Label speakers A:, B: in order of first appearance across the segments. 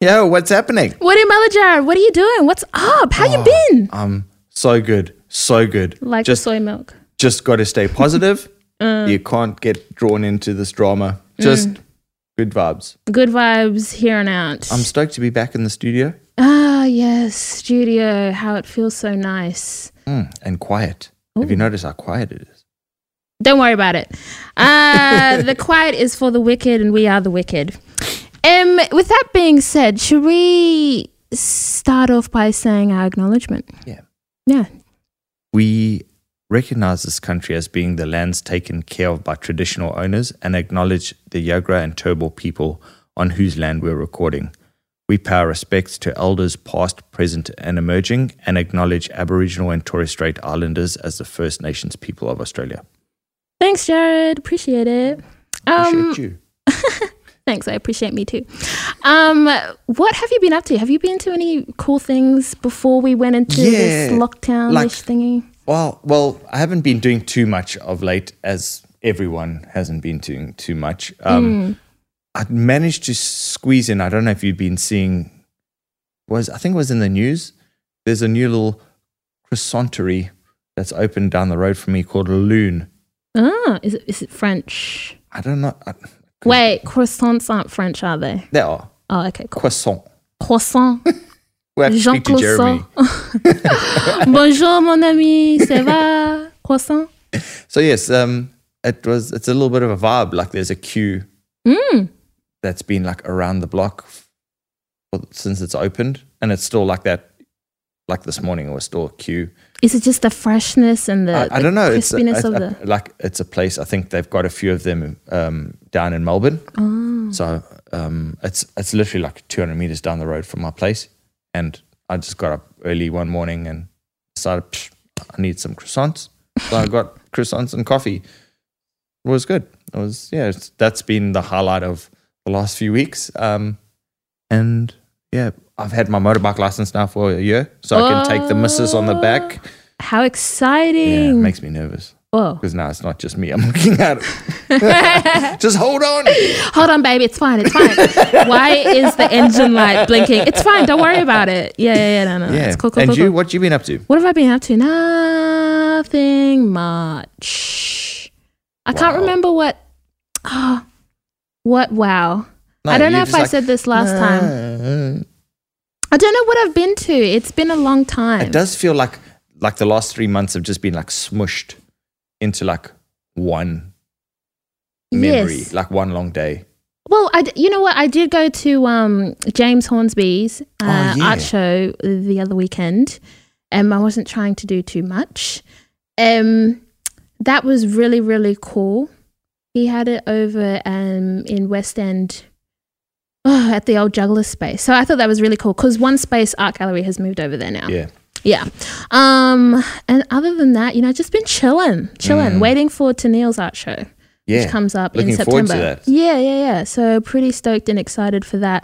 A: Yo, what's happening?
B: What do Malajar? What are you doing? What's up? How you been?
A: Um, so good, so good.
B: Like the
A: just
B: soy milk.
A: just got to stay positive. You can't get drawn into this drama. Just good vibes.
B: Good vibes here and out.
A: I'm stoked to be back in the studio
B: ah, yes, studio. How it feels so nice.
A: Mm, and quiet. Have you noticed how quiet it is?
B: Don't worry about it. Uh, the quiet is for the wicked, and we are the wicked. Um, with that being said, should we start off by saying our acknowledgement?
A: Yeah.
B: Yeah.
A: We recognize this country as being the lands taken care of by traditional owners and acknowledge the Yagra and Turrbal people on whose land we're recording. We pay our respects to elders past, present, and emerging and acknowledge Aboriginal and Torres Strait Islanders as the First Nations people of Australia.
B: Thanks, Jared. Appreciate it. Um,
A: Appreciate you.
B: Thanks. I appreciate me too. Um, what have you been up to? Have you been to any cool things before we went into this
A: Yeah,
B: lockdown
A: like-
B: ish thingy?
A: Well, well, I haven't been doing too much of late, as everyone hasn't been doing too much.
B: Hmm.
A: Um, I managed to squeeze in. I don't know if you've been seeing. Was I think it was in the news. There's a new little croissantery that's opened down the road from me called Loon.
B: Ah, is it, is it French?
A: I don't know. I,
B: Wait, croissants aren't French, are they?
A: there are
B: Oh, okay, cool.
A: croissant.
B: Croissant.
A: We have to
B: Jean
A: speak to Jeremy.
B: Croissant. Bonjour, mon ami. Ça va? Croissant.
A: So yes, um, it was. It's a little bit of a vibe. Like there's a queue
B: Mm.
A: that's been like around the block f- for- since it's opened, and it's still like that. Like this morning, it was still a queue.
B: Is it just the freshness and the,
A: I, I
B: the
A: don't know. It's a,
B: crispiness
A: it's
B: of
A: a-
B: the?
A: like it's a place. I think they've got a few of them um, down in Melbourne.
B: Oh.
A: So um, it's it's literally like 200 meters down the road from my place, and I just got up early one morning and decided "Psh, I need some croissants. So I got croissants and coffee. It was good. It was yeah. It's, that's been the highlight of the last few weeks. Um, and yeah, I've had my motorbike license now for a year, so I can take the missus on the back.
B: How
A: Yeah, it
B: exciting!
A: makes me nervous
B: Whoa.
A: because now it's not just me. I'm looking at. just hold on.
B: Hold on, baby. It's fine. It's fine. Why is the engine light blinking? It's fine. Don't worry about it. Yeah, yeah, yeah. No, no.
A: Yeah.
B: It's cool, cool,
A: and
B: cool,
A: you,
B: cool.
A: what you been up to?
B: What have I been up to? Nothing much. I can't
A: Wow.
B: remember what. Oh, what? Wow. I don't know if I said this last time.
A: time.
B: I don't know what I've been to. It's been a long time.
A: It does feel like like the last three months have just been like smushed into like one memory,
B: Yes.
A: like one long day.
B: Well, I d- you know what? I did go to um, James Hornsby's uh,
A: Oh, yeah.
B: art show the other weekend. Um, I wasn't trying to do too much. Um, that was really, really cool. He had it over um, in West End oh, at the old Juggler space. So I thought that was really cool because one space art gallery has moved over there now.
A: Yeah.
B: Yeah. Um, and other than that, you know, just been chilling,
A: Mm.
B: chilling, waiting for Tennille's art show
A: Yeah.
B: which comes up in
A: Looking forward
B: September.
A: to that.
B: Yeah, yeah, yeah. So pretty stoked and excited for that.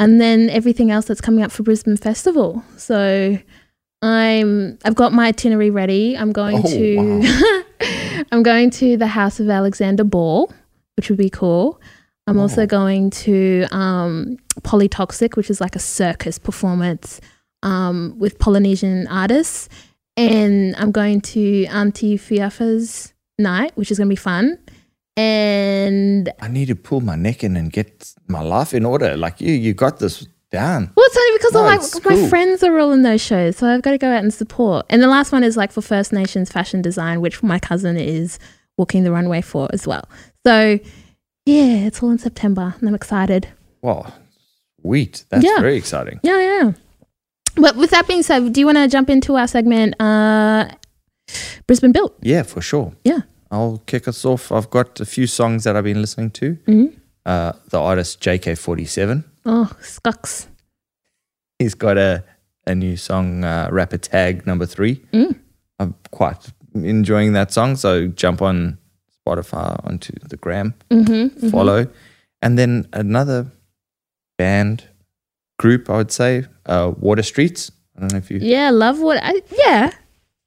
B: And then everything else that's coming up for Brisbane Festival. So I'm I've got my itinerary ready. I'm going
A: Oh,
B: to I'm going to the house of Alexander Ball, which would be cool. I'm also going to um, Polytoxic, which is like a circus performance um, with Polynesian artists. And I'm going to Auntie Fiafa's night, which is going to be fun. And
A: I need to pull my neck in and get my life in order. Like you, you got this down.
B: well, it's only because all
A: No,
B: my,
A: it's
B: my
A: cool.
B: friends are all in those shows, so I've got to go out and support. And the last one is like for First Nations fashion design, which my cousin is walking the runway for as well. So yeah, it's all in September, and I'm excited.
A: Wow. Sweet. That's
B: Yeah.
A: very exciting.
B: Yeah, yeah. But with that being said, do you want to jump into our segment, uh, Brisbane Built?
A: Yeah, for sure.
B: Yeah.
A: I'll kick us off. I've got a few songs that I've been listening to.
B: Mhm.
A: Uh, the artist JK47.
B: Oh, scucks.
A: he's got a a new song, uh, rapper tag number three.
B: Mm.
A: I'm quite enjoying that song, so jump on Spotify onto the gram,
B: Mm-hmm.
A: follow, and then another band group I would say, uh, Water Streets. I don't know if you.
B: Yeah, love what I. Yeah,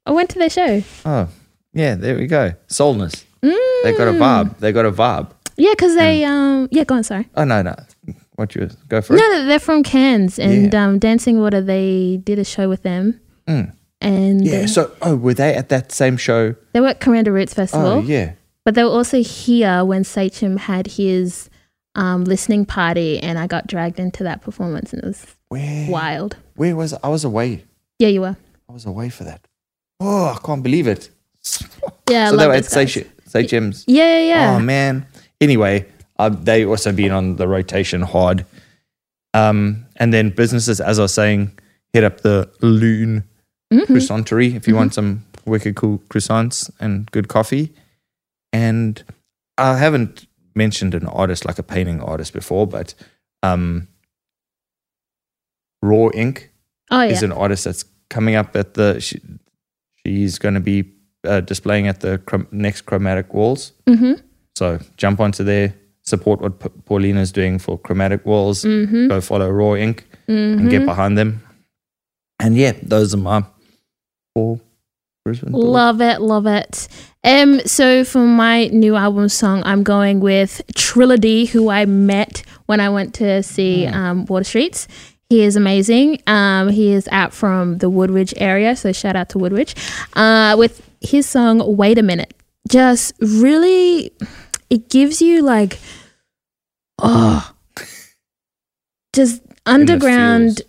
B: I went to their show.
A: Oh, yeah, there we go. Soulness. They got a
B: Mm.
A: vibe. Mm. They got a vibe.
B: Yeah, because they um yeah, go on, sorry.
A: Oh no no, what you go for
B: No,
A: it.
B: no, they're from Cairns, and um, Dancing Water. They did a show with them,
A: Mm.
B: and
A: Yeah.
B: they,
A: So, oh, were they at that same show?
B: they were at Commando Roots Festival.
A: Oh, yeah.
B: But they were also here when Sachem had his um, listening party, and I got dragged into that performance, and it was
A: Where?
B: wild.
A: Where was I? was away.
B: Yeah, you were.
A: I was away for that. Oh, I can't believe it.
B: Yeah, I
A: so
B: love
A: they were at
B: those guys.
A: Seychelles. Seychelles.
B: Yeah, yeah, yeah.
A: Oh man. Anyway, uh, they also been on the rotation hard. Um, and then businesses, as I was saying, hit up the Loon
B: Hmm. Mm-hmm.
A: Croissanterie if you want some wicked cool croissants and good coffee. And I haven't mentioned an artist like a painting artist before, but um, Raw Ink
B: oh yeah.
A: is an artist that's coming up at the. She, she's going to be uh, displaying at the chrom- next Chromatic Walls.
B: mm-hmm.
A: So jump onto there, support what Pa- Paulina's doing for Chromatic Walls.
B: Mm-hmm.
A: Go follow Raw Inc. and get
B: Mm-hmm.
A: behind them. And yeah, those are my four Brisbane. boys.
B: Love it, love it. Um, so for my new album song, I'm going with Trilody, who I met when I went to see um, Water Streets. He is amazing. Um, he is out from the Woodridge area, so shout out to Woodridge. Uh, with his song "Wait a Minute," just really, it gives you like, oh, just underground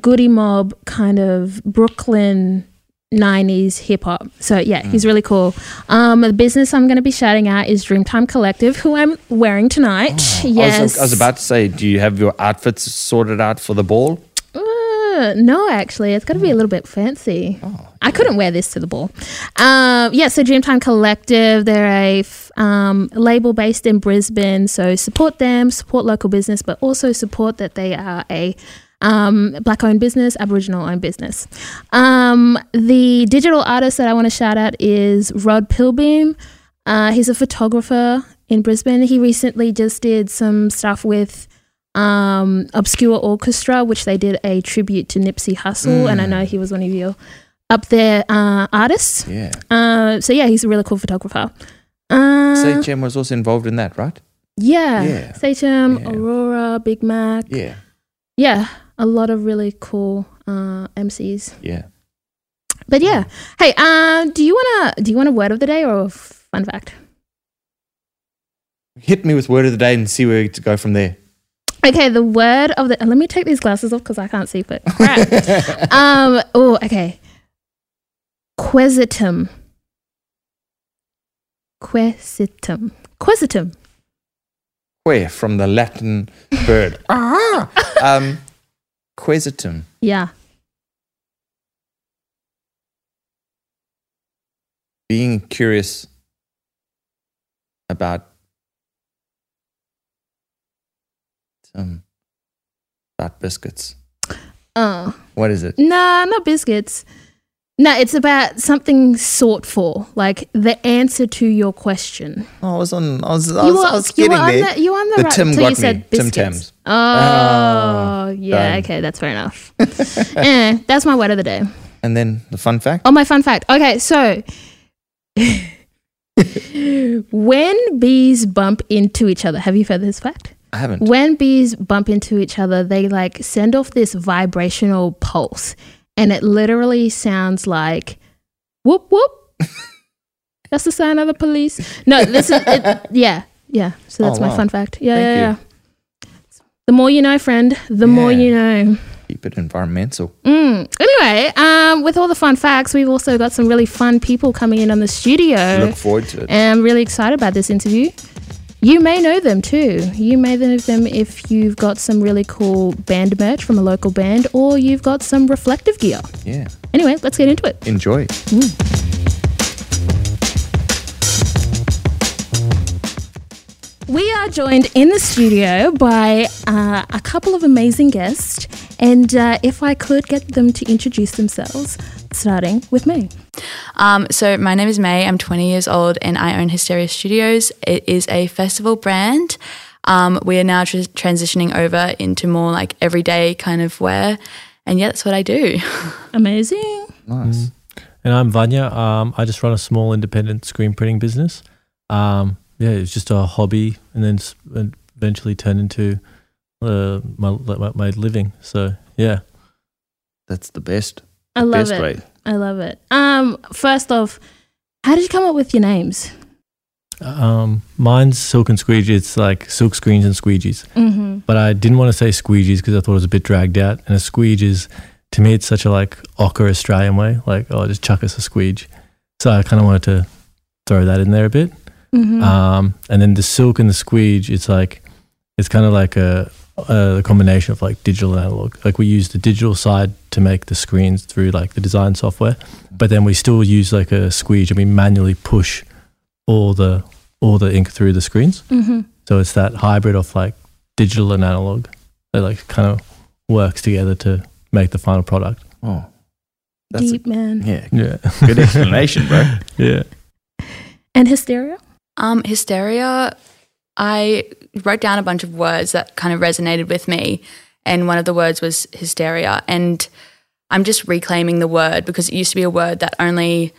B: goody mob kind of Brooklyn 90s hip hop. So yeah,
A: Mm.
B: he's really cool. Um, the business I'm going to be shouting out is Dreamtime Collective, who I'm wearing tonight. yes.
A: Oh. I was, I was about to say, do you have your outfits sorted out for the ball?
B: Uh, no, actually, it's got to be a little bit fancy. I couldn't wear this to the ball. Um, yeah, so Dreamtime Collective, they're a f- um, label based in Brisbane. So support them, support local business, but also support that they are a um, black owned business, Aboriginal owned business. Um, the digital artist that I want to shout out is Rod Pilbeam. Uh, he's a photographer in Brisbane. He recently just did some stuff with um, Obscure Orchestra, which they did a tribute to Nipsey Hussle, and I
A: Mm.
B: know he was one of your up there uh, artists.
A: Yeah.
B: Uh, so yeah, he's a really cool photographer. Uh,
A: Say Chem was also involved in that, right?
B: yeah,
A: Yeah.
B: Sachem,
A: Yeah.
B: Aurora, Big Mac. Yeah.
A: Yeah.
B: a lot of really cool uh, MCs.
A: Yeah.
B: But yeah, hey, uh, do you wanna do you want a word of the day or a fun fact?
A: Hit me with word of the day and see where to go from there.
B: Okay, the word of the. Let me take these glasses off because I can't see. But crap. um. Oh, okay. Quesitum. Quesitum. Quesitum.
A: Where from the Latin bird. ah! Um, quesitum.
B: Yeah.
A: being curious about um about biscuits.
B: Oh.
A: What is it?
B: Nah, not biscuits. No, it's about something sought for, like the answer to your question.
A: I was on. I was. I was, I was
B: you
A: getting
B: were on
A: there.
B: the you were on the,
A: The
B: right
A: Tim
B: until
A: got
B: you said
A: me. Tim
B: biscuits.
A: Tams. Ah.
B: Oh, yeah,
A: done.
B: okay, that's fair enough. Eh, that's my word of the day.
A: and then the fun fact.
B: Oh, my fun fact. Okay, so when bees bump into each other, have you heard this fact?
A: I haven't.
B: When bees bump into each other, they like send off this vibrational pulse, and it literally sounds like whoop whoop. that's the sign of the police. No, this is it, yeah, yeah. So that's
A: Oh,
B: my
A: wow.
B: fun fact. Yeah,
A: Thank
B: yeah,
A: you.
B: yeah. The more you know, friend, the more
A: Yeah.
B: you know.
A: Keep it environmental.
B: Mm. Anyway, um, with all the fun facts, we've also got some really fun people coming in on the studio.
A: Look forward to it.
B: And I'm really excited about this interview. You may know them too. You may know them if you've got some really cool band merch from a local band or you've got some reflective gear.
A: Yeah.
B: Anyway, let's get into it.
A: Enjoy.
B: We are joined in the studio by uh, a couple of amazing guests. And uh, if I could get them to introduce themselves, starting with me.
C: Um, so my name is May. I'm 20 years old, and I own Hysteria Studios. It is a festival brand. Um, we are now tr- transitioning over into more like everyday kind of wear, and yeah, that's what I do.
B: Amazing.
A: Nice.
D: And I'm Vanya. Um, I just run a small independent screen printing business. Um, yeah, it's just a hobby, and then s- and eventually turned into uh, my, my my living. So yeah,
A: That's the best.
B: I love
A: best
B: it.
A: way.
B: I love it. Um, first off, how did you come up with your names?
D: um, mine's silk and squeegee. It's like silk screens and squeegees.
B: Mm-hmm.
D: But I didn't want to say squeegees because I thought it was a bit dragged out. And a squeege is, to me, it's such a like ochre Australian way. Like oh, just chuck us a squeege. So I kind of wanted to throw that in there a bit.
B: Mm-hmm.
A: Uh,
D: Um, and then the silk and the squeege, it's like it's kind of like a, a combination of like digital and analog. Like we use the digital side to make the screens through like the design software, but then we still use like a squeege and we manually push all the all the ink through the screens.
B: mm-hmm.
D: So it's that hybrid of like digital and analog that like kind of works together to make the final product.
A: Oh, that's a-
B: Deep man
A: yeah.
D: Yeah.
A: Good explanation, bro.
D: Yeah.
B: and hysteria.
C: Um, hysteria. I wrote down a bunch of words that kind of resonated with me, and one of the words was hysteria. And I'm just reclaiming the word because it used to be a word that only,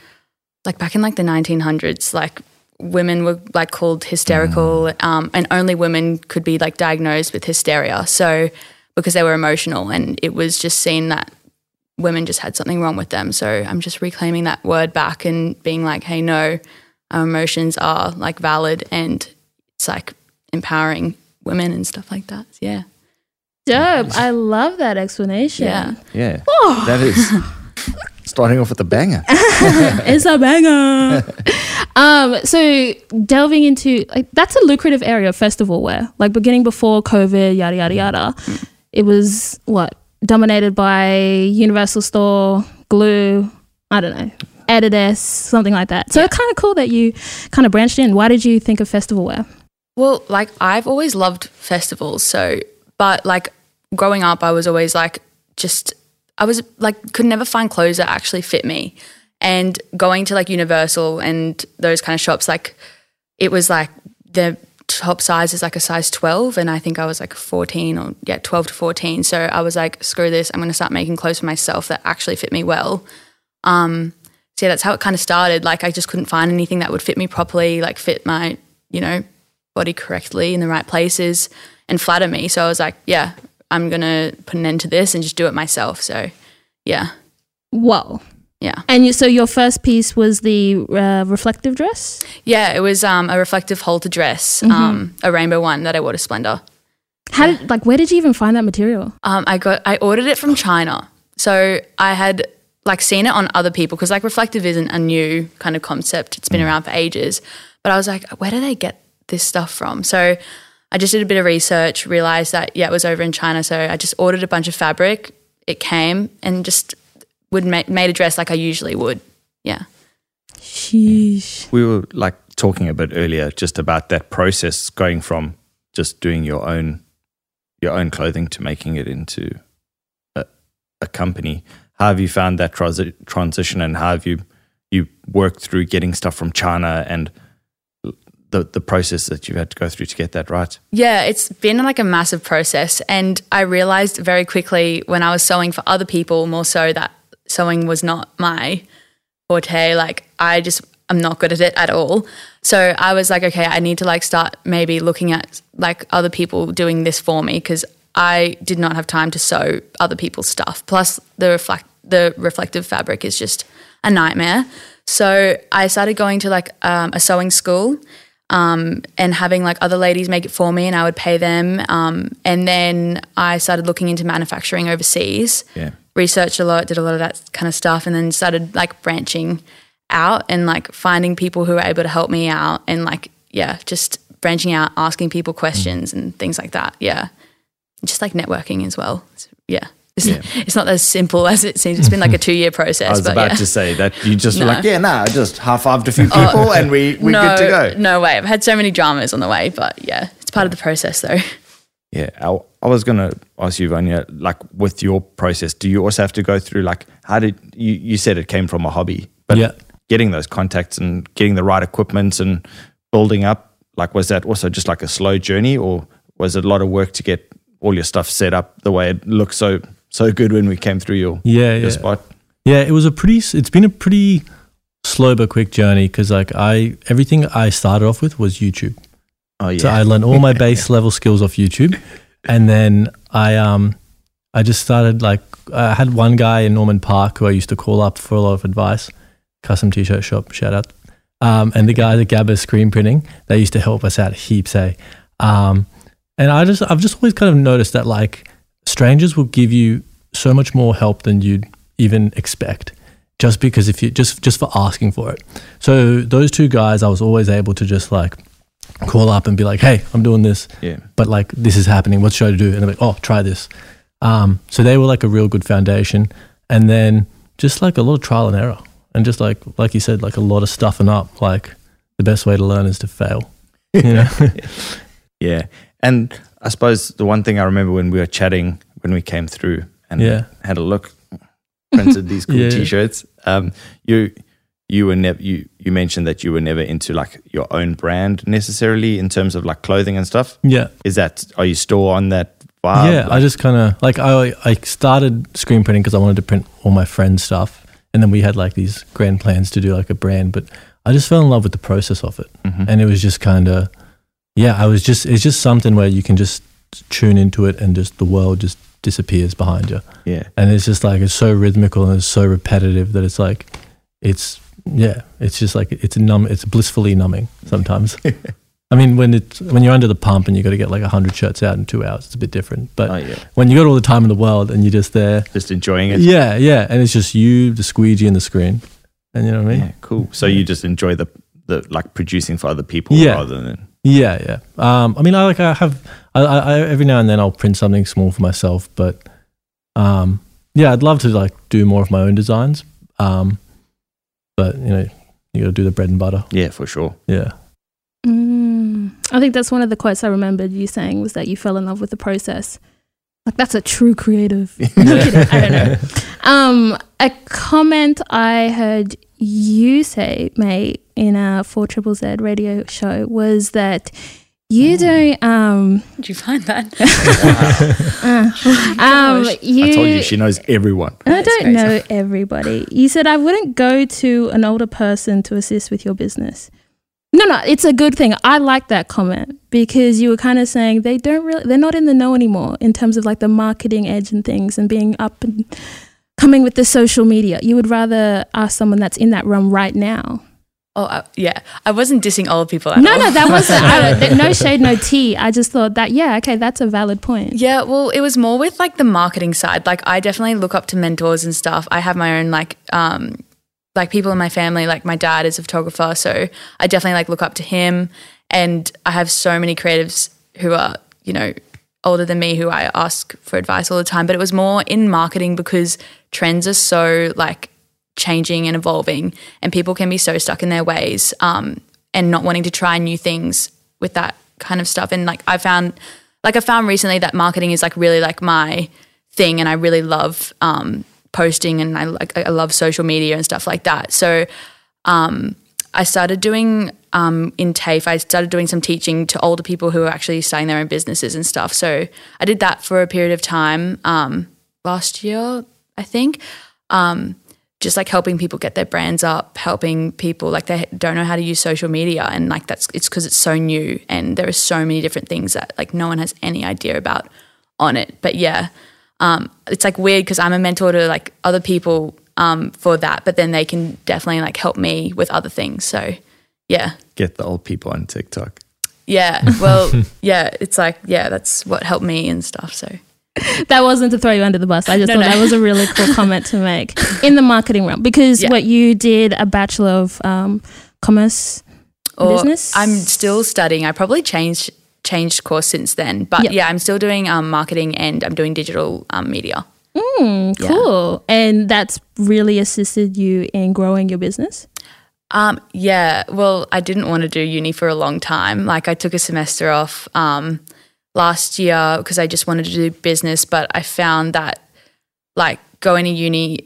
C: like back in like the 1900s, like women were like called hysterical, um, and only women could be like diagnosed with hysteria. So because they were emotional, and it was just seen that women just had something wrong with them. So I'm just reclaiming that word back and being like, hey, no, our emotions are like valid and it's like empowering women and stuff like that. Yeah.
B: Dope. I love that explanation.
C: Yeah.
A: Yeah. That is starting off with a banger.
B: it's a banger. um, so delving into like that's a lucrative area of festival wear. Like beginning before COVID, yada yada yada. It was what dominated by Universal Store, Glue. I don't know, Adidas, something like that. So it's kind of cool that you kind of branched in. Why did you think of festival wear?
C: Well, like I've always loved festivals. So, but like growing up, I was always like, just, I was like, could never find clothes that actually fit me. And going to like Universal and those kind of shops, like, it was like the top size is like a size 12. And I think I was like 14 or, yeah, 12 to 14. So I was like, screw this. I'm going to start making clothes for myself that actually fit me well. Um, so yeah, that's how it kind of started. Like, I just couldn't find anything that would fit me properly, like, fit my, you know, body correctly in the right places and flatter me. So I was like, yeah, I'm going to put an end to this and just do it myself. So yeah,
B: Whoa.
C: yeah.
B: And you, so your first piece was the uh, reflective dress.
C: Yeah, it was um, a reflective halter dress, um, a rainbow one that I wore to Splendor.
B: How did like where did you even find that material?
C: Um, I got I ordered it from China, so I had like seen it on other people because like reflective isn't a new kind of concept; it's been around for ages. But I was like, where do they get this stuff from? So I just did a bit of research, realized that yeah, it was over in China. So I just ordered a bunch of fabric. It came and just would ma- made a dress like I usually would. Yeah.
B: Sheesh.
A: We were like talking a bit earlier just about that process going from just doing your own your own clothing to making it into a, a company. How have you found that transi- transition and how have you you worked through getting stuff from China and the the process that you've had to go through to get that right?
C: Yeah, it's been like a massive process. And I realized very quickly when I was sewing for other people, more so that sewing was not my forte. Like, I just, I'm not good at it at all. So I was like, okay, I need to like start maybe looking at like other people doing this for me because I did not have time to sew other people's stuff. Plus, the reflect, the reflective fabric is just a nightmare. So I started going to like um, a sewing school and having like other ladies make it for me and I would pay them. Um, and then I started looking into manufacturing overseas,
A: Yeah.
C: researched a lot, did a lot of that kind of stuff, and then started like branching out and like finding people who were able to help me out and like, yeah, just branching out, asking people
A: Mm.
C: questions and things like that. Yeah. Just like networking as well. So, yeah. It's, it's not as simple as it seems. It's been like a two year process.
A: I was
C: but
A: about
C: yeah.
A: to say that you just were like, yeah, nah, I just high fived a few people and we, we're
C: no,
A: good to go.
C: no way. I've had so many dramas on the way, but yeah, it's part of the process though.
A: Yeah, I, I was gonna ask you, Vanya, like with your process, do you also have to go through like how did you you said it came from a hobby, but
D: Yeah.
A: getting those contacts and getting the right equipment and building up, like was that also just like a slow journey, or was it a lot of work to get all your stuff set up the way it looked so so good when we came through your
D: Yeah.
A: your
D: Yeah.
A: spot?
D: Yeah, it was a pretty. It's been a pretty slow but quick journey because like I everything I started off with was YouTube.
A: Oh yeah,
D: So I learned all my base level skills off YouTube, and then I um I just started like I had one guy in Norman Park who I used to call up for a lot of advice, custom t-shirt shop shout out, um, and the guys at Gabba Screen Printing they used to help us out heaps. Eh? Um, and I just I've just always kind of noticed that like strangers will give you so much more help than you'd even expect just because if you just just for asking for it. So those two guys I was always able to just like call up and be like, "Hey, I'm doing this."
A: Yeah.
D: but like this is happening. What should I do? And I'm like, oh, try this. Um, so they were like a real good foundation, and then just like a lot of trial and error, and just like like you said, like a lot of stuffing up. Like the best way to learn is to fail. You know?
A: Yeah. And I suppose the one thing I remember when we were chatting when we came through and
D: Yeah.
A: had a look, printed these cool
D: Yeah.
A: t-shirts. Um, you you were never you you mentioned that you were never into like your own brand necessarily in terms of like clothing and stuff.
D: yeah.
A: Is that are you still on that vibe?
D: yeah, I
A: Like,
D: just kind of like I I started screen printing because I wanted to print all my friends' stuff, and then we had like these grand plans to do like a brand, but I just fell in love with the process of it,
A: Mhm.
D: and it was just kind of yeah, I was just it's just something where you can just tune into it and just the world just disappears behind you,
A: yeah.
D: and it's just like it's so rhythmical and it's so repetitive that it's like it's yeah, it's just like it's numb, it's blissfully numbing sometimes. I mean, when it's when you're under the pump and you got to get like hundred shirts out in two hours, it's a bit different. But
A: Oh yeah.
D: when you got all the time in the world and you're just there.
A: Just enjoying it.
D: Yeah, yeah, and it's just you, the squeegee, and the screen, and you know what I mean.
A: Yeah, cool. So you just enjoy the the like producing for other people
D: Yeah.
A: rather than
D: Yeah, yeah. Um, I mean, I like I have, I, I, I every now and then I'll print something small for myself, but um, yeah, I'd love to like do more of my own designs. Um, but you know, you got to do the bread and butter.
A: yeah for sure.
D: Yeah,
B: Mm. I think that's one of the quotes I remembered you saying was that you fell in love with the process. Like that's a true creative. No kidding, I don't know. Um, a comment I heard you say, mate, in our four triple Z radio show was that you don't um
C: Did you find that?
B: uh, um you,
A: I told you she knows everyone.
B: I
C: That's
B: don't
C: crazy.
B: know everybody. You said I wouldn't go to an older person to assist with your business. No, no, it's a good thing. I like that comment because you were kind of saying they don't really, they're not in the know anymore in terms of like the marketing edge and things and being up and coming with the social media. You would rather ask someone that's in that realm right now.
C: oh, I, yeah. I wasn't dissing old people. At
B: No,
C: all.
B: no, that wasn't, I, th- no shade, no tea. I just thought that, yeah, okay, that's a valid point.
C: Yeah, well, it was more with like the marketing side. Like I definitely look up to mentors and stuff. I have my own like um like people in my family, like my dad is a photographer, so I definitely like look up to him and I have so many creatives who are, you know, older than me who I ask for advice all the time, but it was more in marketing because trends are so like changing and evolving and people can be so stuck in their ways um and not wanting to try new things with that kind of stuff and like I found like I found recently that marketing is like really like my thing, and I really love um, posting, and I like I love social media and stuff like that. So um, I started doing um, in TAFE. I started doing some teaching to older people who are actually starting their own businesses and stuff. So I did that for a period of time um, last year, I think. Um, just like helping people get their brands up, helping people like they don't know how to use social media, and like that's it's because it's so new, and there are so many different things that like no one has any idea about on it. But yeah, um, it's like weird because I'm a mentor to like other people um, for that, but then they can definitely like help me with other things. So yeah,
A: Get the old people on TikTok.
C: yeah. Well, yeah, it's like yeah, that's what helped me and stuff. So
B: that wasn't to throw you under the bus. I just
C: No,
B: thought
C: no.
B: that was a really cool comment to make in the marketing realm because
C: Yeah.
B: what you did a bachelor of um, commerce. Business?
C: I'm still studying. I probably changed changed course since then, but
B: Yep.
C: yeah, I'm still doing um, marketing and I'm doing digital um, media.
B: Mm,
C: Yeah.
B: cool, and that's really assisted you in growing your business.
C: Um, yeah, well, I didn't want to do uni for a long time. Like, I took a semester off um, last year because I just wanted to do business, but I found that, like, going to uni,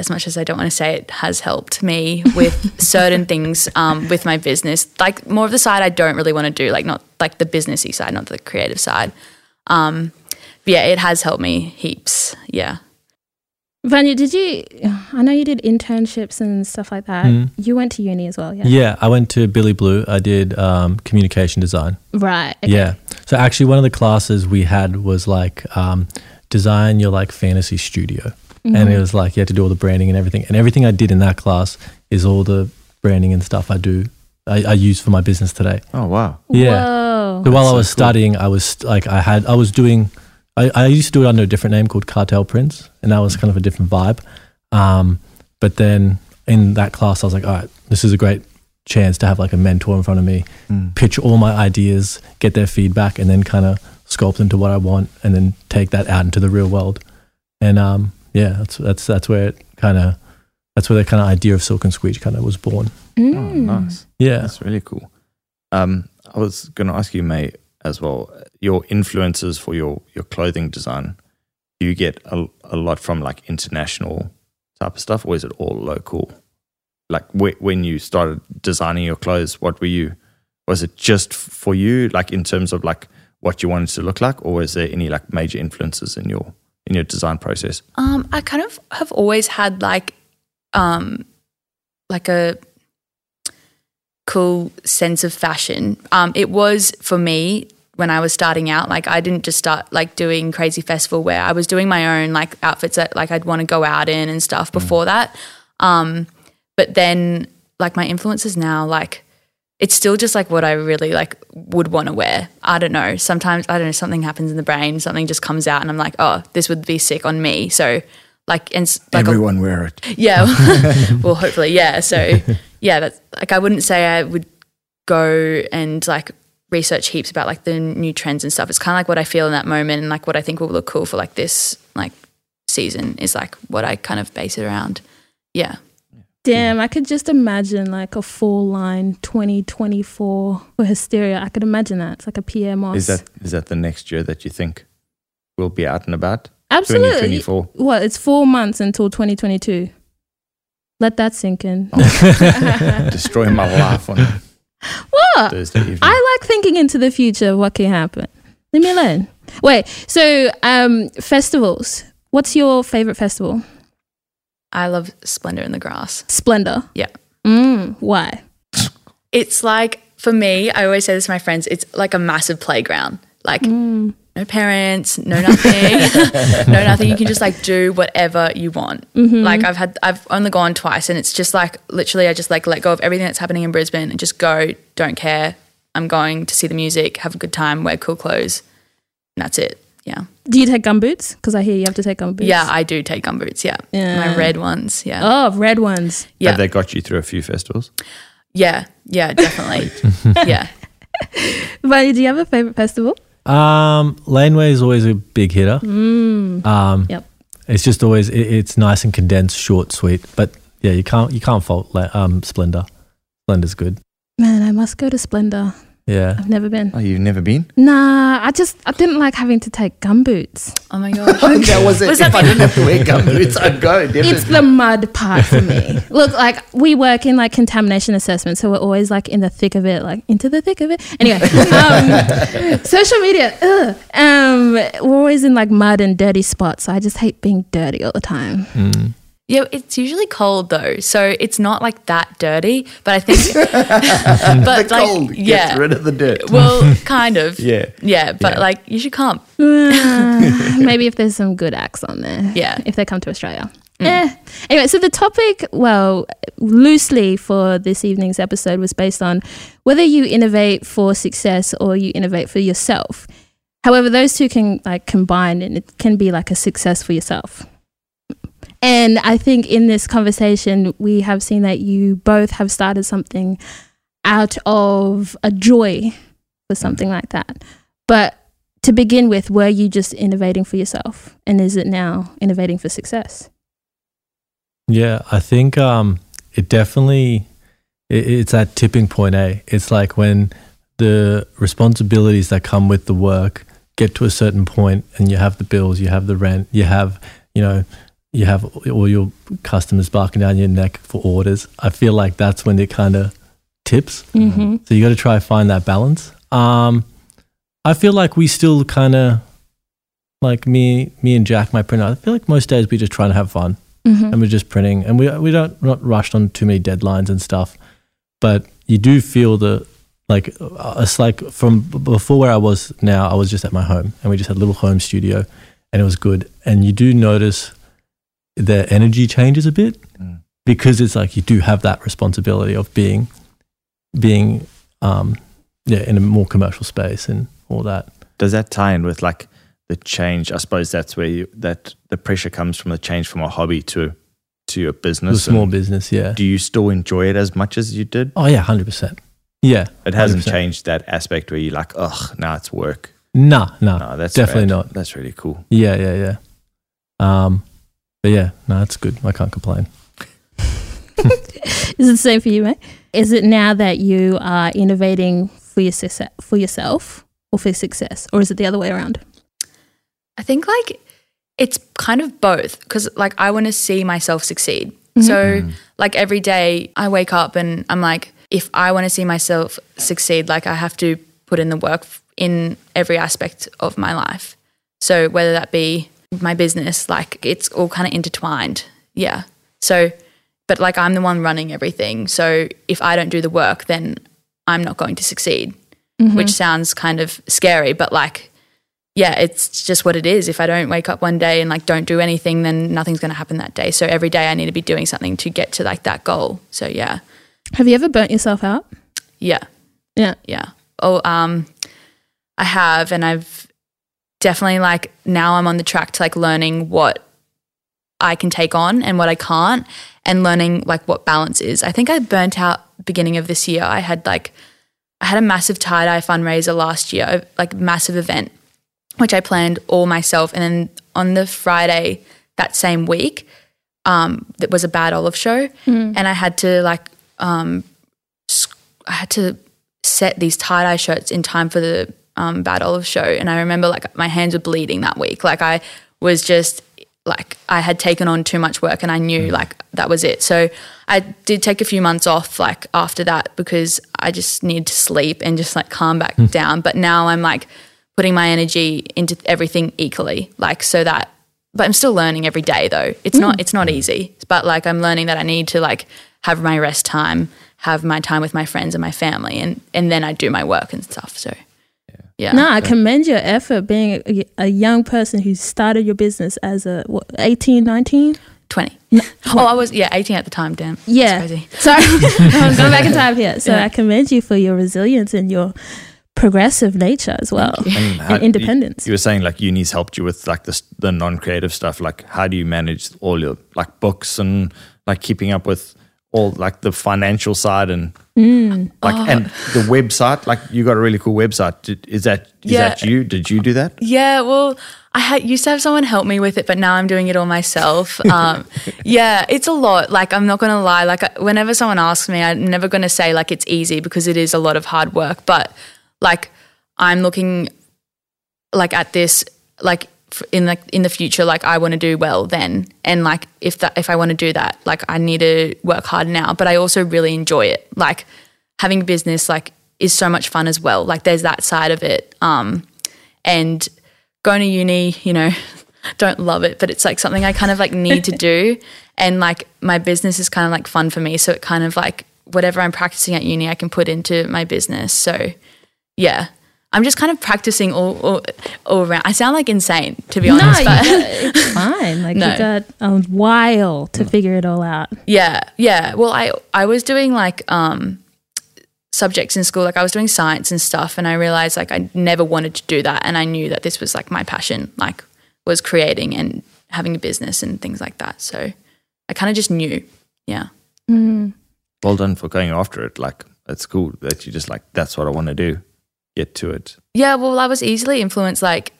C: as much as I don't want to say it, has helped me with certain things um, with my business. Like, more of the side I don't really want to do, like, not like the businessy side, not the creative side. Um, but yeah, it has helped me heaps. Yeah.
B: Vanya, did you? I know you did internships and stuff like that.
D: Mm.
B: You went to uni as well, yeah?
D: Yeah. I went to Billy Blue. I did um, communication design.
B: Right.
D: Yeah. So actually, one of the classes we had was like um, design your like fantasy studio, and
A: Mm-hmm.
D: it was like you had to do all the branding and everything. And everything I did in that class is all the branding and stuff I do. I, I use for my business today.
A: Oh wow.
D: Yeah.
B: Mm-hmm. Whoa.
D: So while
A: That's
D: I was
A: so cool.
D: studying, I was st- like, I had, I was doing, I, I used to do it under a different name called Cartel Prince, and that was kind of a different vibe. Um, but then in that class, I was like, all right, this is a great chance to have like a mentor in front of me,
A: Hmm.
D: pitch all my ideas, get their feedback, and then kind of sculpt into what I want, and then take that out into the real world. And um, yeah, that's that's that's where it kind of, that's where the kind of idea of Silk and Squeege kind of was born.
B: Mm.
A: Oh, nice.
D: Yeah.
A: That's really cool. Um, I was going to ask you, May, as well. Your influences for your your clothing design. Do you get a, a lot from like international type of stuff, or is it all local? Like whe- when you started designing your clothes, what were you? Was it just f- for you, like in terms of like what you wanted to look like, or is there any like major influences in your in your design process?
C: Um, I kind of have always had like, um, like a cool sense of fashion. Um, it was for me when I was starting out. Like, I didn't just start like doing crazy festival wear. I was doing my own like outfits that like I'd want to go out in and stuff before that. Um, but then like my influences now, like it's still just like what I really like would want to wear. I don't know. Sometimes I don't know something happens in the brain, something just comes out, and I'm like, oh, this would be sick on me. So like and s- like a,
A: wear it.
C: yeah. well, hopefully, yeah. So yeah, that's like I wouldn't say I would go and like research heaps about like the new trends and stuff. It's kind of like what I feel in that moment and like what I think will look cool for like this like season is like what I kind of base it around. Yeah.
B: Damn, I could just imagine like a full line 2024 for hysteria. I could imagine that. It's like a Pierre Moss.
A: Is that is that the next year that you think will be out and about? Twenty twenty
B: Absolutely.
A: four.
B: What? It's four months until 2022. Let that sink in.
A: Oh destroy my life on
B: What?
A: Thursday evening.
B: I like thinking into the future of what can happen. Leave me alone. Wait, so um, festivals. What's your favorite festival?
C: I love Splendor in the Grass.
B: Splendor.
C: Yeah.
B: Mm, why?
C: It's like for me, I always say this to my friends, it's like a massive playground. Like no parents, no nothing. no nothing. You can just like do whatever you want.
B: Mm-hmm.
C: Like
A: Mm-hmm.
C: uh, I've had I've only gone twice and it's just like literally I just like let go of everything that's happening in Brisbane and just go, don't care. I'm going to see the music, have a good time, wear cool clothes. And that's it. Yeah.
B: Do you take gumboots? Because I hear you have to take gumboots.
C: Yeah, I do take gumboots, yeah.
B: Yeah.
C: My red ones, yeah.
B: Oh, red ones.
A: yeah.
C: yeah.
A: Have they got you through a few festivals?
C: Yeah. Yeah, definitely. yeah.
B: Vanya, do you have a favorite festival?
D: Um, laneway is always a big hitter.
B: Mm.
D: Um,
B: Yep.
D: It's just always it, it's nice and condensed, short, sweet. But yeah, you can't you can't fault la- um Splendor. Splendor's good.
B: Man, I must go to Splendor.
D: Yeah.
B: I've never been.
A: Oh, you've never been?
B: Nah, I just I didn't like having to take gumboots.
C: Oh my gosh.
A: that was it.
C: Was that
A: if I didn't have to wear gumboots, I'd go.
B: It's the mud part for me. Look, like we work in like contamination assessment, so we're always like in the thick of it, like into the thick of it. Anyway, um, social media. Ugh. Um, we're always in like mud and dirty spots. So I just hate being dirty all the time.
D: Mm.
C: Yeah, it's usually cold though, so it's not like that dirty. But I think, but like, yeah,
A: Gets rid of the dirt.
C: well, kind of, yeah,
A: Yeah.
C: but
A: Yeah.
C: like you should come.
B: Uh, maybe if there's some good acts on there.
C: Yeah.
B: If they come to Australia. Eh. Anyway, so the topic, well, loosely for this evening's episode was based on whether you innovate for success or you innovate for yourself. However, those two can like combine and it can be like a success for yourself. And I think in this conversation, we have seen that you both have started something out of a joy for something like that. But to begin with, were you just innovating for yourself? And is it now innovating for success?
D: Yeah, I think um, it definitely it, it's that tipping point. A, it's like when the responsibilities that come with the work get to a certain point, and you have the bills, you have the rent, you have you know, you have all your customers barking down your neck for orders. I feel like that's when it kind of tips.
B: Mm-hmm.
D: So you got to try and find that balance. Um, I feel like we still kind of like me, me and Jack, my printer. I feel like most days we just try to have fun
B: Mm-hmm.
C: Mhm.
D: and we're just printing and we we don't we're not rushed on too many deadlines and stuff but you do feel the like uh, it's like from b- before where I was now I was just at my home and we just had a little home studio and it was good and you do notice the energy changes a bit
A: Mm.
D: because it's like you do have that responsibility of being being um yeah in a more commercial space and all that
A: Does that tie in with like the change? I suppose that's where you, that the pressure comes from the change from a hobby to to your
D: the
A: business.
D: small
A: And
D: business yeah
A: Do you still enjoy it as much as you did?
D: oh yeah 100% yeah
A: It hasn't
D: 100%.
A: changed that aspect where you're like, ugh, now it's work.
D: nah nah
A: No, that's
D: Ah, definitely
A: rad.
D: not.
A: That's really cool.
D: Yeah, yeah, yeah. Um, but yeah, no, it's good. I can't complain.
B: Is it the same for you, mate? Is it now that you are innovating for your success, for yourself or for success, or is it the other way around?
C: I think like it's kind of both because like I want to see myself succeed.
B: Mm-hmm.
C: So
D: Mm.
C: like every day I wake up and I'm like, if I want to see myself succeed, like I have to put in the work f- in every aspect of my life. So whether that be my business, like it's all kind of intertwined. Yeah. So, but like I'm the one running everything. So if I don't do the work, then I'm not going to succeed, which sounds kind of scary, but like yeah, it's just what it is. If I don't wake up one day and like don't do anything, then nothing's going to happen that day. So every day I need to be doing something to get to like that goal. So yeah,
B: Have you ever burnt yourself out?
C: yeah,
B: Yeah.
C: yeah. Oh, um, I have, and I've definitely like now I'm on the track to like learning what I can take on and what I can't, and learning like what balance is. I think I burnt out beginning of this year. I had like I had a massive tie dye fundraiser last year, a- like massive event, which I planned all myself. And then on the Friday that same week, um, that was a bad olive show, and I had to like um, sc- I had to set these tie dye shirts in time for the um, bad olive show. And I remember like my hands were bleeding that week. Like I was just like I had taken on too much work, and I knew like that was it. So I did take a few months off like after that because I just needed to sleep and just like calm back down. But now I'm like putting my energy into everything equally, like so that. But I'm still learning every day though. It's not it's not easy, but like I'm learning that I need to like have my rest time, have my time with my friends and my family, and and then I do my work and stuff. So yeah,
B: No, I commend your effort being a, a young person who started your business as a what, 18, 19?
C: twenty. oh, I was yeah eighteen at the time. Damn, That's
B: Yeah.
C: crazy.
B: Sorry, I'm going back in time here. So I commend you for your resilience and your progressive nature as well.
A: And how-
B: And independence.
A: You, you were saying like uni's helped you with like this the non-creative stuff. Like how do you manage all your like books and like keeping up with all like the financial side and
C: Mm.
A: like and
C: Oh.
A: the website. Like you got a really cool website. Did, is that is
C: Yeah.
A: that you? Did you do that?
C: Yeah, well, I had used to have someone help me with it, but now I'm doing it all myself. Um, yeah, it's a lot. Like I'm not gonna lie. Like I- whenever someone asks me, I'm never gonna say like it's easy because it is a lot of hard work. But like I'm looking like at this like f- in like in the future like I want to do well then and like if that if I want to do that like I need to work hard now but I also really enjoy it like having a business like is so much fun as well like there's that side of it um and going to uni you know don't love it but it's like something I kind of like need to do and like my business is kind of like fun for me so it kind of like whatever I'm practicing at uni I can put into my business so yeah I'm just kind of practicing all, all, all around. I sound like insane, to be
B: No,
C: honest.
B: you
C: but
B: got, it's fine. Like
C: No.
B: you got a while to figure it all out.
C: Yeah, yeah. Well, I I was doing like um subjects in school, like I was doing science and stuff, and I realized like I never wanted to do that, and I knew that this was like my passion, like was creating and having a business and things like that. So I kind of just knew. Yeah.
A: Well done for going after it. Like it's cool that you just like that's what I want to do. Get to it.
C: Yeah, well, I was easily influenced, like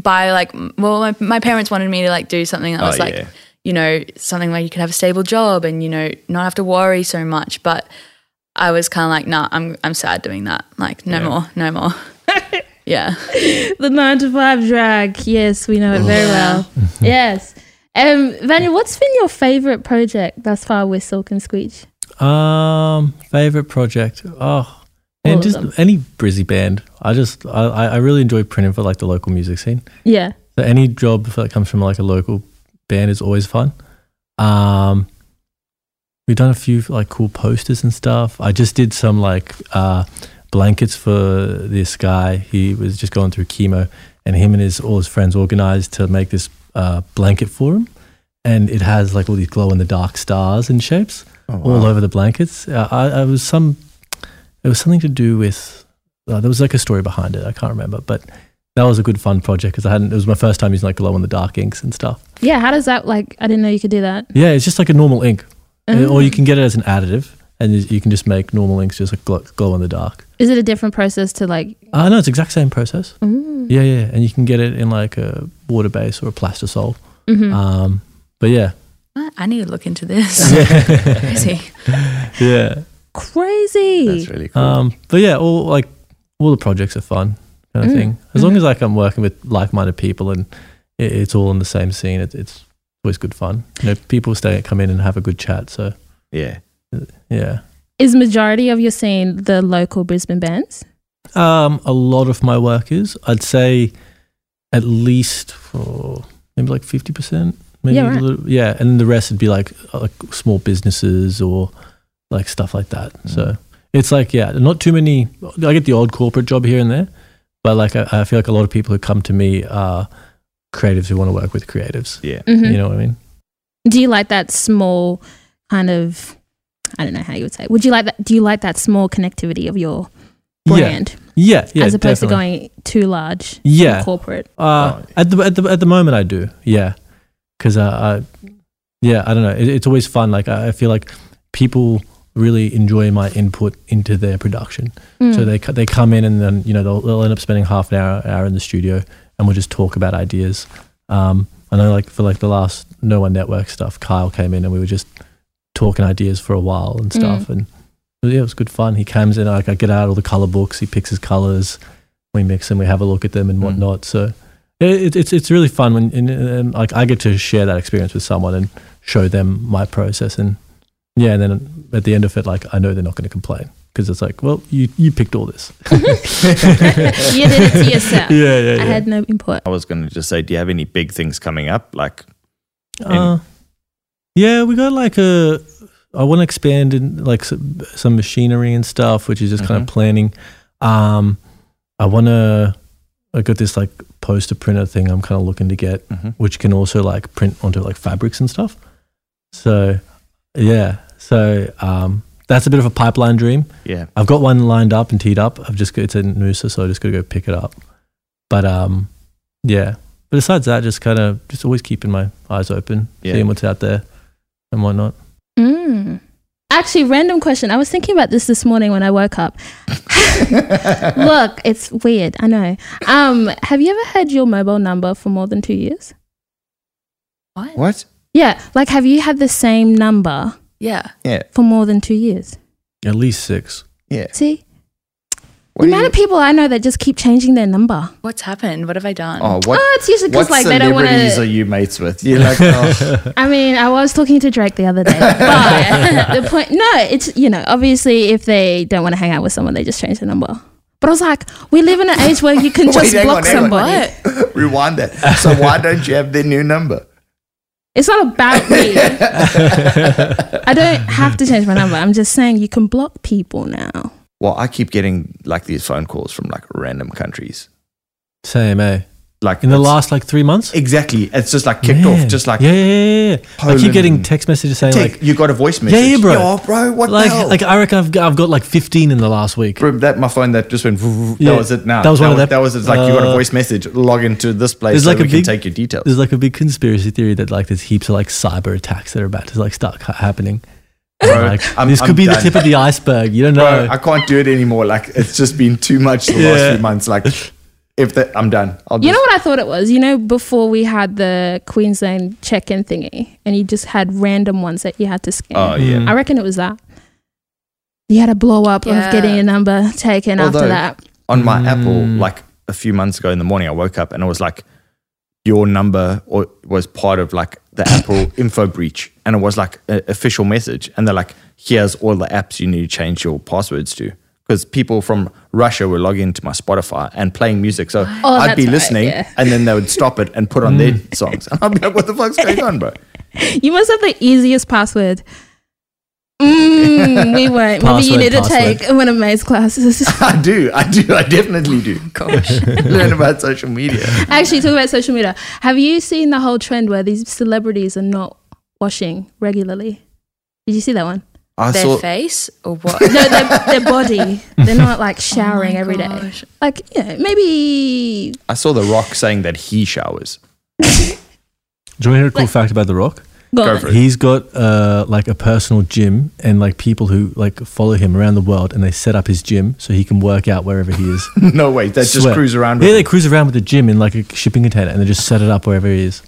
C: by like, m- well, my, my parents wanted me to like do something that
A: Oh,
C: was like,
A: yeah.
C: you know, something where you could have a stable job and you know not have to worry so much. But I was kind of like, nah, I'm I'm sad doing that. Like, no more, no more. yeah,
B: The nine to five drag. Yes, we know it very well. yes. Um, Vanya, what's been your favorite project thus far with Silk and Squeech?
D: Um, favorite project. Oh,
B: All
D: and
B: of
D: just
B: them.
D: any Brizzy band. I just I, I I really enjoy printing for like the local music scene.
B: Yeah.
D: So So any job that comes from like a local band is always fun. Um, we've done a few like cool posters and stuff. I just did some like uh, blankets for this guy. He was just going through chemo, and him and his all his friends organized to make this uh, blanket for him. And it has like all these glow in the dark stars and shapes
A: Oh,
D: all over the blankets. Uh, I, I was some, it was something to do with. Uh, there was like a story behind it. I can't remember, but that was a good fun project because I hadn't. It was my first time using like glow in the dark inks and stuff.
B: Yeah, how does that like? I didn't know you could do that.
D: Yeah, it's just like a normal ink, And- Uh, or
B: Um,
D: you can get it as an additive, and you- you can just make normal inks just like glow, glow in the dark.
B: Is it a different process to like?
D: Uh, no, it's exact same process.
B: Mm.
D: Yeah, yeah, and you can get it in like a water base or a plastisol.
B: Mhm.
D: Um, but yeah,
C: I I need to look into this. Crazy.
D: yeah.
B: Crazy.
A: That's really cool.
D: Um, but yeah, all like all the projects are fun kind of
B: Mm.
D: thing. As long
B: Mhm.
D: as like I'm working with like-minded people and it, it's all in the same scene, it, it's always good fun. You know, people stay come in and have a good chat. So
A: yeah.
D: yeah,
B: Is majority of your scene the local Brisbane bands?
D: um, a lot of my work is I'd say at least for maybe like fifty percent. Maybe
B: Yeah,
D: a
B: right.
D: little- yeah, and then the rest would be like uh, like small businesses or like stuff like that. So it's like yeah, not too many. I get the odd corporate job here and there, but like I, I feel like a lot of people who come to me are creatives who want to work with creatives.
A: Yeah.
B: Mhm.
D: You know what I mean?
B: Do you like that small kind of? I don't know how you would say. It. Would you like that? Do you like that small connectivity of your brand
D: Yeah, yeah, yeah.
B: as opposed to
D: definitely.
B: going too large? and
D: Yeah.
B: corporate.
D: Uh,
A: Oh.
D: at the at the at the moment, I do. Yeah, because uh, I, yeah, I don't know. It, it's always fun. Like I, I feel like people really enjoy my input into their production. So
B: Mm.
D: they co- they come in and then you know they'll, they'll end up spending half an hour hour in the studio and we'll just talk about ideas. Um, I know like for like the last No One Network stuff, Kyle came in and we were just talking ideas for a while and stuff and. Yeah, it was good fun. He comes in, like I get out all the color books. He picks his colors, we mix them, we have a look at them and
A: Mm.
D: whatnot. So it, it's it's really fun when and, and, like I get to share that experience with someone and show them my process and yeah, and then at the end of it, like I know they're not going to complain because it's like, well, you you picked all this.
B: you did it to yourself.
D: yeah, yeah, yeah.
B: I had no input.
A: I was going to just say, do you have any big things coming up? Like,
D: Uh, yeah, we got like a. I want to expand in like some, some machinery and stuff, which is just kind
A: Mhm.
D: of planning. Um, I want to. I got this like poster printer thing I'm kind of looking to get,
A: Mhm.
D: which can also like print onto like fabrics and stuff. So, yeah. So um, that's a bit of a pipeline dream.
A: yeah,
D: I've got one lined up and teed up. I've just got, it's in Noosa, so I just got to go pick it up. But um, yeah. But besides that, just kind of just always keeping my eyes open,
A: Yeah.
D: seeing what's out there and whatnot.
B: Mm. Actually, random question. I was thinking about this this morning when I woke up. Look, it's weird. I know. Um, have you ever had your mobile number for more than two years?
C: What?
A: what?
B: Yeah, like have you had the same number
C: Yeah.
B: for more than two years?
D: At least six.
A: Yeah.
B: See,
A: What
B: the
A: do
B: amount of people I know that just keep changing their number.
C: What's happened? What have I done?
A: you- oh, what?
B: oh, it's usually
A: what
B: because like they don't want
A: celebrities are
B: to.
A: you mates with? You're like, oh,
B: I mean, I was talking to Drake the other day, but the point. No, it's you know obviously if they don't want to hang out with someone, they just change the number. But I was like, we live in an age where you can
A: Wait,
B: just
A: hang on,
B: block
A: hang on.
B: somebody.
A: rewind that. So why don't you have their new number?
B: It's not about me. I don't have to change my number. I'm just saying you can block people now.
A: Well, I keep getting like these phone calls from like random countries.
D: Same, eh?
A: Like
D: In the
A: it's-
D: last like three months?
A: exactly, it's just like kicked
D: Man.
A: off. Just like
D: yeah, yeah, yeah, yeah. I keep
A: Poland
D: getting
A: and-
D: text messages saying
A: tick,
D: like,
A: you got a voice message.
D: yeah, bro.
A: Yo, bro, what
D: like,
A: the hell?
D: like I reckon I've got, I've got like fifteen in the last week.
A: Bro, that my phone that just went. vroom,
D: Yeah,
A: that was it. Now
D: that was one of that-
A: That was it's like you got a
D: uh,
A: voice message. Log into this place
D: there's
A: so
D: like a
A: we can
D: big-
A: take your details.
D: There's like a big conspiracy theory that like there's heaps of like cyber attacks that are about to like start ca- happening.
A: Bro,
D: Like,
A: I'm-
D: this
A: I'm
D: could be the
A: done.
D: tip of the iceberg. You don't know.
A: Bro, I can't do it anymore. Like it's just been too much the last
D: Yeah.
A: few months. Like if that, I'm done. I'll
B: You know
A: just,
B: what I thought it was? You know, before we had the Queensland check in thingy and you just had random ones that you had to scan.
A: Oh yeah.
D: Mm.
B: I reckon it was that. You had a blow up of
C: Yeah.
B: getting your number taken after
A: Although-
B: that.
A: On my Apple,
D: Mm.
A: like a few months ago in the morning, I woke up and it was like your number or was part of like the Apple info breach, and it was like an official message, and they're like, "Here's all the apps you need to change your passwords to." because people from Russia were logging into my Spotify and playing music. So
B: Oh,
A: I'd
B: that's
A: be
B: right,
A: listening
B: yeah.
A: and then they would stop it and put on their songs. And I'd be like, what the fuck's going on, bro?
B: You must have the easiest password. Mm, we won't. Maybe you
D: Password,
B: need to
D: password.
B: take one of May's classes.
A: I do. I do. I definitely do. Gosh. Learn about social media.
B: Actually, talk about social media. Have you seen the whole trend where these celebrities are not washing regularly? Did you see that one?
A: I
C: Their
A: saw.
C: face or what? Oh
B: No, their, their body. They're not like
D: Oh
B: showering
C: my
B: every day.
C: gosh.
B: Like, yeah, maybe.
A: I saw The Rock saying that he showers.
D: Do you want to hear a cool fact about The Rock?
B: Go
A: Go
B: on.
A: for it.
D: He's got uh, like a personal gym and like people who like follow him around the world and they set up his gym so he can work out wherever he is.
A: no way. They just
D: Swear.
A: cruise around.
D: Yeah,
A: With
D: they cruise around with the gym in like a shipping container and they just set it up wherever he is.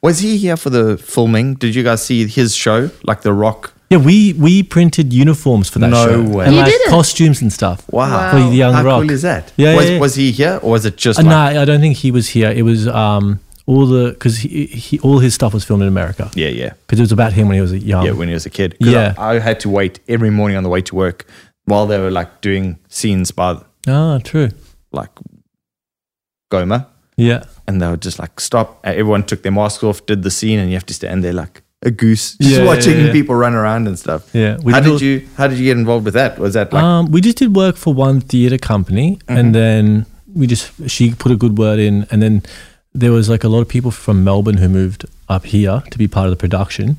A: Was he here for the filming? Did you guys see his show? Like The Rock?
D: Yeah, we we printed uniforms for that
A: No
D: show
A: way.
D: and
B: You
D: like
B: did it?
D: costumes and stuff.
A: Wow.
D: For Oh, the Young
A: How
D: Rock.
A: cool is that?
D: Yeah,
A: Was,
D: yeah, yeah.
A: was he here or was it just
D: Uh,
A: like.
D: no, I don't think he was here. It was um, all the because he, he all his stuff was filmed in America
A: Yeah, yeah.
D: because it was about him when he was young.
A: Yeah, when he was a kid. 'Cause
D: Yeah.
A: I, I had to wait every morning on the way to work while they were like doing scenes by
D: ah, true.
A: like Goma.
D: Yeah,
A: And they would just like stop. Uh, Everyone took their masks off, did the scene, and you have to stand there like a goose, just
D: Yeah, yeah,
A: watching
D: yeah.
A: people run around and stuff.
D: yeah.
A: how
D: all-
A: did you how did you get involved with that? Was that like Mm-hmm.
D: um, we just did work for one theater company, and then we just she put a good word in, and then there was like a lot of people from Melbourne who moved up here to be part of the production,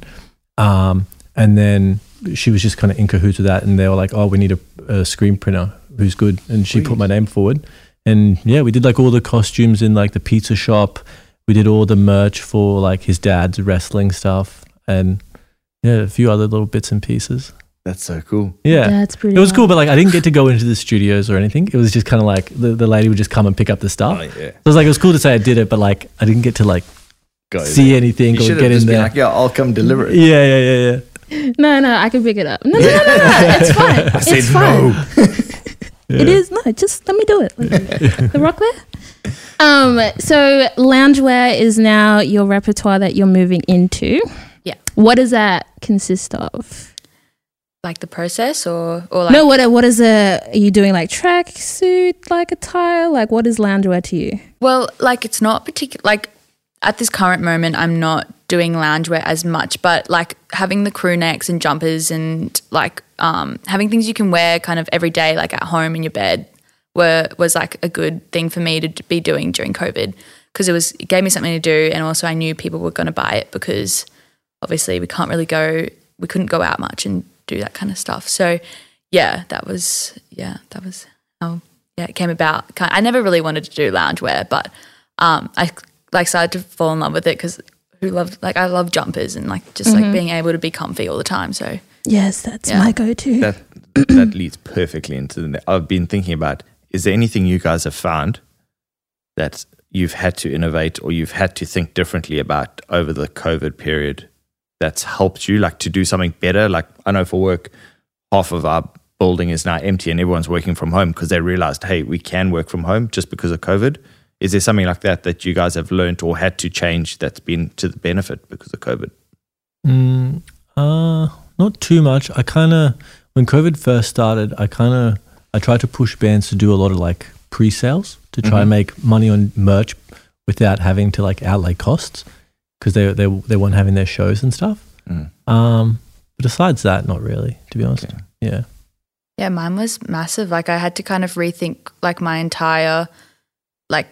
D: um, and then she was just kind of in cahoots with that, and they were like, "Oh, we need a, a screen printer who's good," and she put my name forward, and yeah, we did like all the costumes in like the pizza shop, we did all the merch for like his dad's wrestling stuff, and yeah, a few other little bits and pieces.
A: that's so cool?
D: Yeah.
B: That's pretty.
D: It was
B: wild.
D: cool, but like I didn't get to go into the studios or anything. It was just kind of like the, the lady would just come and pick up the stuff. So
A: Oh, yeah.
D: it was like it was cool to say I did it, but like I didn't get to like
A: Go
D: see
A: there.
D: anything
A: You
D: or
A: should have
D: get in
A: just been
D: there.
A: like, yeah, I'll come deliver it.
D: yeah, yeah, yeah, yeah.
B: No, no, I can pick it up. No, no, no, no, no. It's fine. it's fine. It is no, just let me do it. Let me do it. the rock wear. Um, so loungewear is now your repertoire that you're moving into.
C: Yeah.
B: What does that consist of?
C: Like the process or, or like
B: no, what what is a are you doing like tracksuit like attire? Like what is loungewear to you?
C: Well, like it's not particular. Like at this current moment, I'm not doing loungewear as much, but like having the crew necks and jumpers and like um, having things you can wear kind of every day, like at home in your bed, were was like a good thing for me to d- be doing during COVID because it was it gave me something to do, and also I knew people were going to buy it because obviously we can't really go, we couldn't go out much and do that kind of stuff. So yeah, that was yeah, that was how yeah it came about. Ki- I never really wanted to do loungewear, but um, I like started to fall in love with it because who loves like I love jumpers and like just like being able to be comfy all the time. So
B: Yes, that's
C: Yeah.
B: my go-to.
A: That that leads perfectly into the I've been thinking about is there anything you guys have found that you've had to innovate or you've had to think differently about over the COVID period that's helped you like to do something better? Like I know for work, half of our building is now empty and everyone's working from home because they realized, hey, we can work from home just because of COVID. Is there something like that that you guys have learned or had to change that's been to the benefit because of COVID?
D: Mm, uh, not too much. I kind of, when COVID first started, I kind of, I tried to push bands to do a lot of like pre-sales to try
A: Mm-hmm.
D: and make money on merch without having to like outlay costs because they, they, they weren't having their shows and stuff.
A: Mm.
D: Um, but besides that, not really, to be honest.
A: Okay.
D: Yeah.
C: yeah, mine was massive. Like I had to kind of rethink like my entire like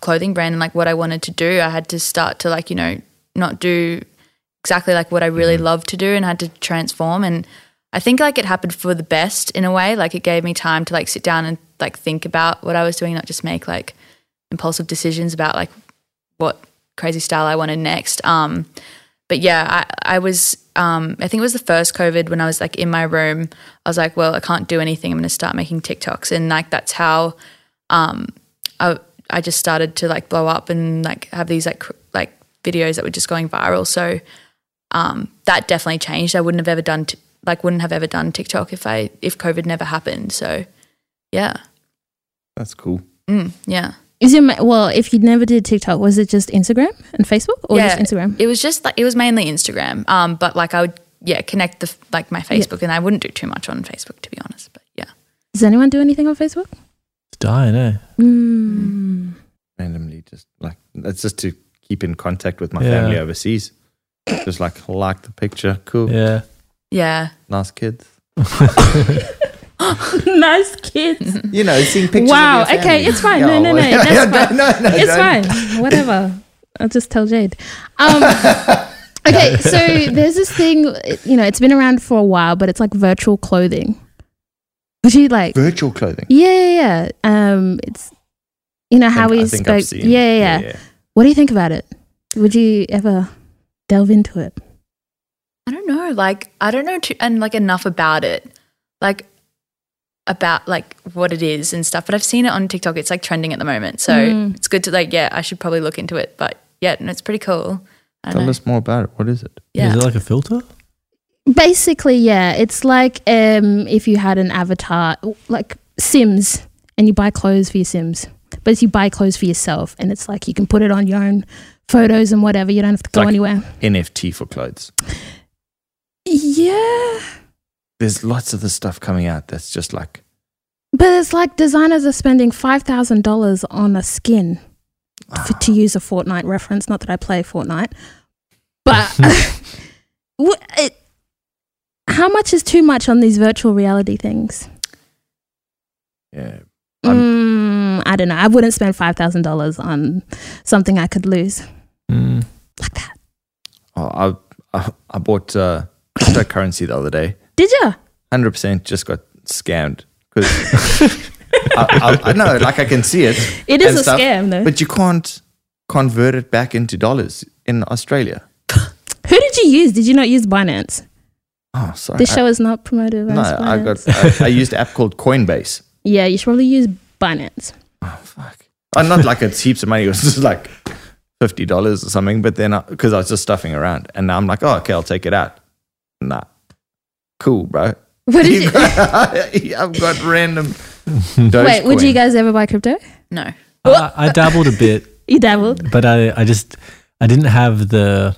C: clothing brand and like what I wanted to do. I had to start to like you know not do exactly like what I really loved to do and had to transform and I think like it happened for the best in a way like it gave me time to like sit down and like think about what I was doing not just make like impulsive decisions about like what crazy style I wanted next um but yeah I I was um I think it was the first covid when I was like in my room I was like well I can't do anything I'm going to start making TikToks and like that's how um, I I just started to like blow up and like have these like cr- like videos that were just going viral. So um, that definitely changed. I wouldn't have ever done t- like wouldn't have ever done TikTok if I if COVID never happened. So yeah,
A: That's cool.
C: mm, yeah.
B: Is your ma- well, if you never did TikTok, was it just Instagram and Facebook or
C: Yeah.
B: just Instagram?
C: It was just like it was mainly Instagram. Um, but like I would yeah connect the f- like my Facebook and I wouldn't do too much on Facebook to be honest. But yeah,
B: Does anyone do anything on Facebook?
D: It's dying, eh?
B: Mm.
A: randomly just like that's just to keep in contact with my
D: Yeah.
A: family overseas. Just like like the picture, cool,
D: Yeah.
C: Yeah.
A: nice kids.
B: nice kids.
A: You know, seeing pictures.
B: Wow.
A: Of your
B: Okay,
A: family.
B: it's fine. No, no, no,
A: well,
B: that's
A: yeah,
B: fine.
A: no, no,
B: It's
A: don't.
B: fine. Whatever. I'll just tell Jade. Um, okay, so there's this thing, it- you know, it's been around for a while, but it's like virtual clothing. Would you like?
A: Virtual clothing.
B: Yeah, yeah, yeah. Um, it's you know how
A: I think-
B: we
A: I think I've
B: spoke. Yeah,
A: seen-
B: yeah, yeah. What do you think about it? Would you ever delve into it?
C: I don't know. Like I don't know too, and like enough about it, like about like what it is and stuff. But I've seen it on TikTok. It's like trending at the moment, so
B: Mm.
C: it's good to like. Yeah, I should probably look into it. But yeah, no, it's pretty cool. I don't
A: Tell
C: know.
A: us more about it. What is it?
C: Yeah.
D: Is it like a filter?
B: Basically, yeah, it's like um, if you had an avatar, like Sims, and you buy clothes for your Sims, but if you buy clothes for yourself, and it's like you can put it on your own photos and whatever. You don't have to go
A: Like-
B: anywhere.
A: NFT for clothes.
B: Yeah,
A: There's lots of this stuff coming out that's just like
B: but it's like designers are spending five thousand dollars on a skin for, to use a Fortnite reference. Not that I play Fortnite, but Wha- it, how much is too much on these virtual reality things?
A: ah, yeah.
B: Mm, I don't know. I wouldn't spend five thousand dollars on something I could lose
D: Mm.
B: like that.
A: Oh, I, I I bought uh, cryptocurrency the other day.
B: Did you?
A: hundred percent just got scammed because I, I, I know, like I can see it,
B: It is
A: Uh, And
B: a
A: stuff,
B: scam, though.
A: but you can't convert it back into dollars in Australia.
B: Who did you use? Did you not use Binance?
A: Oh, sorry.
B: This
A: I-
B: show is not promoted.
A: no,
B: as
A: I
B: Binance.
A: got. I, I used an app called Coinbase.
B: Yeah, you should probably use Binance.
A: Oh fuck! And not like it's heaps of money. It was just like fifty dollars or something. But then because I, was just stuffing around, and now I'm like, oh okay, I'll take it out. Nah, cool, bro.
B: What did you?
A: You got- I've got random.
B: Wait, would you
A: Dogecoin.
B: guys ever buy crypto?
C: No.
D: I, I dabbled a bit,
B: You dabbled.
D: but I, I just I didn't have the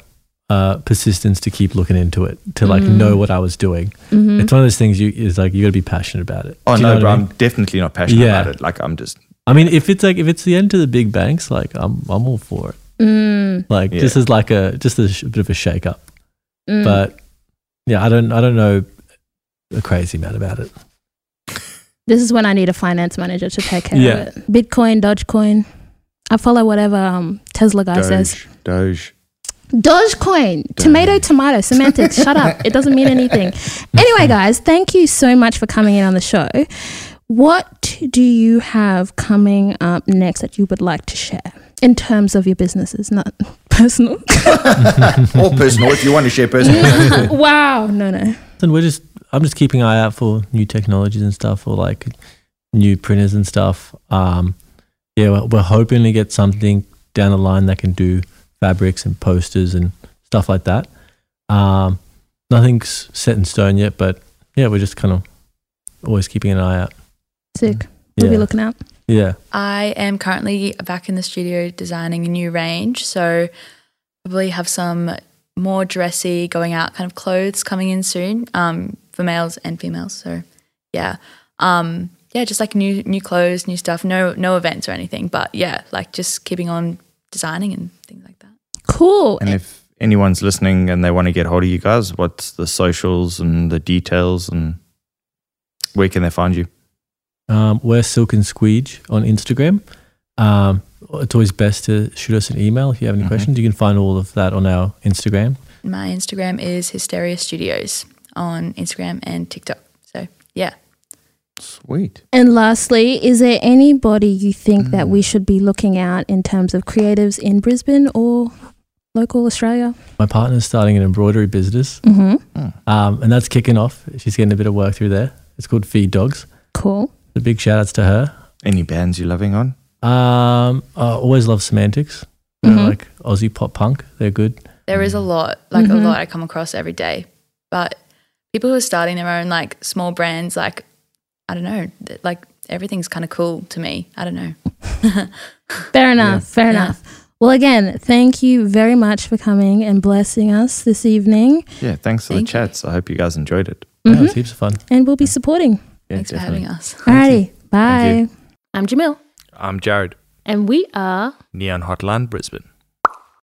D: uh, persistence to keep looking into it to like know what I was doing.
A: Mm.
B: Mhm.
D: It's one of those things you is like you got to be passionate about it.
A: Oh
D: Do you
A: no,
D: know
A: bro!
D: what I
A: I'm
D: mean?
A: definitely not passionate
D: Yeah.
A: about it. Like I'm just
D: I mean, if it's like if it's the end to the big banks, like I'm I'm all for it.
B: Mm,
D: Like
A: Yeah.
D: this is like a just a sh- bit of a shake up.
B: mm.
D: But yeah, I don't I don't know a crazy amount about it.
B: this is when I need a finance manager to take care
D: Yeah.
B: of it. Bitcoin, Dogecoin. I follow whatever um, Tesla guy says.
A: Doge, Doge.
B: Dogecoin, tomato, tomato, semantics. shut up. It doesn't mean anything. Anyway, guys, thank you so much for coming in on the show. What do you have coming up next that you would like to share in terms of your businesses, not personal?
A: or personal if you want to share personal.
B: wow, no, no.
D: And we're just I'm just keeping an eye out for new technologies and stuff or like new printers and stuff. Um yeah, we're, we're hoping to get something down the line that can do fabrics and posters and stuff like that. Um nothing's set in stone yet, but yeah, we're just kind of always keeping an eye out.
B: Sick.
D: Yeah.
B: We'll be looking out.
D: yeah.
C: I am currently back in the studio designing a new range, so probably have some more dressy going out kind of clothes coming in soon um, for males and females. So yeah, um, yeah, just like new new clothes, new stuff. No no events or anything, but yeah, like just keeping on designing and things like that.
B: Cool.
A: And if anyone's listening and they want to get hold of you guys, what's the socials and the details and where can they find you?
D: Um, we're Silk and Squeege on Instagram. Um, it's always best to shoot us an email if you have any
A: Mhm.
D: questions. You can find all of that on our Instagram.
C: My Instagram is Hysteria Studios on Instagram and TikTok. So yeah,
A: Sweet.
B: And lastly, is there anybody you think that we should be looking out in terms of creatives in Brisbane or local Australia?
D: My partner's starting an embroidery business,
B: Mm-hmm.
A: Hmm.
D: um, and that's kicking off. She's getting a bit of work through there. It's called Feed Dogs.
B: Cool.
D: The big shout outs to her.
A: Any bands you're loving on?
D: Um, I always love semantics. They're
B: Mhm.
D: like Aussie pop punk. They're good.
C: There is a lot, like
B: Mhm.
C: a lot I come across every day. But people who are starting their own like small brands, like I don't know, th- like everything's kind of cool to me. I don't know.
B: Fair enough. Fair
C: Yeah.
B: enough. Well, again, thank you very much for coming and blessing us this evening.
A: Yeah, thanks for
C: Thank
A: the
C: you.
A: chats. I hope you guys enjoyed it.
D: Yeah, it
B: Mhm.
D: was heaps of fun.
B: And we'll be supporting.
A: Yeah,
C: Thanks
A: definitely.
C: for having us.
B: Alrighty,
A: Thank
B: bye. I'm Jamil,
A: I'm Jared,
B: and we are.
A: Neon Hotline, Brisbane.